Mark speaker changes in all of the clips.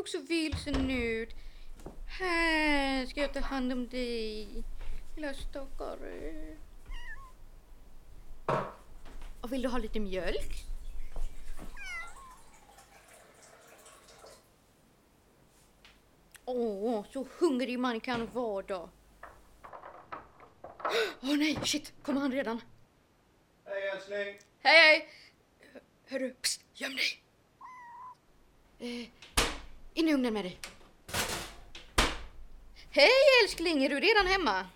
Speaker 1: också vilsen ut. Här ska jag ta hand om dig. Lilla stackare. Och vill du ha lite mjölk? Åh, så hungrig man kan vara då. Åh nej, shit, kommer han redan?
Speaker 2: Hej älskling!
Speaker 1: Hej, hej! Hörru, psst, göm dig! Eh, in i ugnen med dig. Hej älskling, är du redan hemma?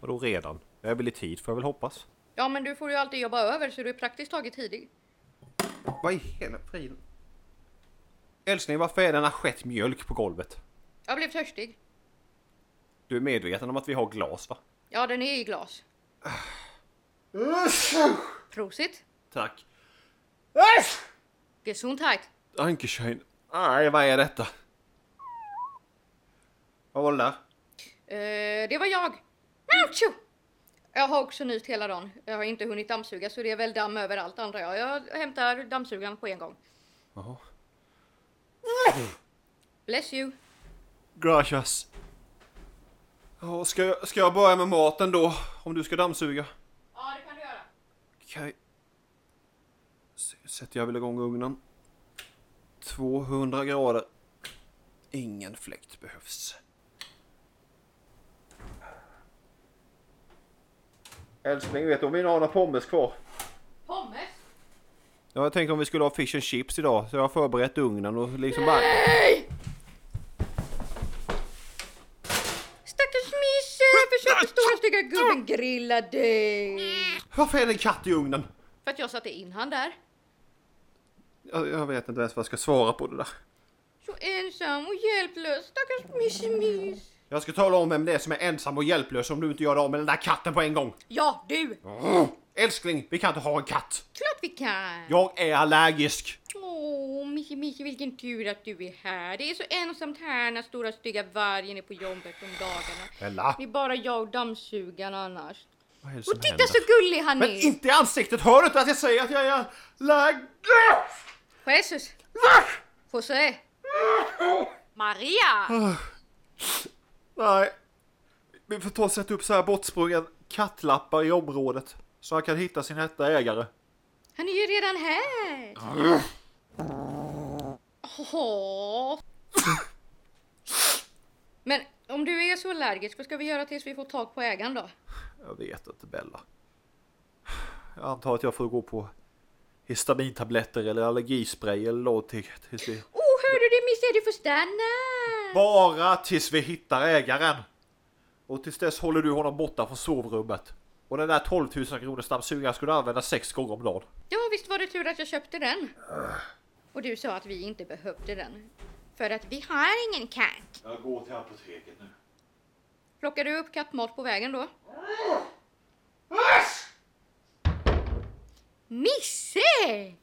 Speaker 2: Vadå redan? Jag är väl i tid får jag väl hoppas.
Speaker 1: Ja, men du får ju alltid jobba över så du är praktiskt taget tidig.
Speaker 2: Vad i hela friden? Älskling, varför är det en skett mjölk på golvet?
Speaker 1: Jag blev törstig.
Speaker 2: Du är medveten om att vi har glas va?
Speaker 1: Ja, den är i glas. Prosit!
Speaker 2: Tack.
Speaker 1: Gesundheit!
Speaker 2: Ankershöjn. Nej, vad är detta? Vad var det där?
Speaker 1: Eh, det var jag. Ouchoo! Jag har också nyst hela dagen. Jag har inte hunnit dammsuga så det är väl damm överallt antar jag. Jag hämtar dammsugaren på en gång.
Speaker 2: Jaha.
Speaker 1: Bless you.
Speaker 2: Gracias. Ja, ska, jag- ska jag börja med maten då? Om du ska dammsuga?
Speaker 1: Ja, det kan du göra.
Speaker 2: Okej. S- Sätter jag väl igång ugnen. 200 grader. Ingen fläkt behövs. Älskling, vet du om vi har några pommes kvar?
Speaker 1: Pommes?
Speaker 2: Ja, jag tänkte om vi skulle ha fish and chips idag, så jag har förberett ugnen och liksom bara...
Speaker 1: Nej! Stackars Mische! Försökte stora stygga gubben grilla dig.
Speaker 2: Varför är det en katt i ugnen?
Speaker 1: För att jag satte in han där.
Speaker 2: Jag, jag vet inte ens vad jag ska svara på det där.
Speaker 1: Så ensam och hjälplös. Stackars Mische Miss.
Speaker 2: Jag ska tala om vem det är som är ensam och hjälplös om du inte gör det av med den där katten på en gång.
Speaker 1: Ja, du!
Speaker 2: Älskling, vi kan inte ha en katt.
Speaker 1: Klart vi kan!
Speaker 2: Jag är allergisk.
Speaker 1: Åh, Mische Mische, vilken tur att du är här. Det är så ensamt här när stora stygga vargen är på jobbet om dagarna.
Speaker 2: Ella!
Speaker 1: Det är bara jag och dammsugaren annars.
Speaker 2: Vad är det
Speaker 1: Och titta så gullig han
Speaker 2: Men
Speaker 1: är!
Speaker 2: inte i ansiktet! Hör du inte att jag säger att jag är allergisk?
Speaker 1: Jesus! José!
Speaker 2: Mm.
Speaker 1: Maria!
Speaker 2: Nej. Vi får ta och sätta upp så här bortsprungna kattlappar i området. Så han kan hitta sin rätta ägare.
Speaker 1: Han är ju redan här! Åh. Men om du är så allergisk, vad ska vi göra tills vi får tag på ägaren då?
Speaker 2: Jag vet inte Bella. Jag antar att jag får gå på histamintabletter eller allergispray eller någonting. Tills vi...
Speaker 1: Oh, hörde du det Miss? Är du förstannad?
Speaker 2: Bara tills vi hittar ägaren. Och tills dess håller du honom borta från sovrummet. Och den där 12 000 kronors dammsugaren ska du använda sex gånger om dagen.
Speaker 1: Ja, visst var det tur att jag köpte den? Och du sa att vi inte behövde den. För att vi har ingen katt.
Speaker 2: Jag går till apoteket nu.
Speaker 1: Plockar du upp kattmat på vägen då? Misse!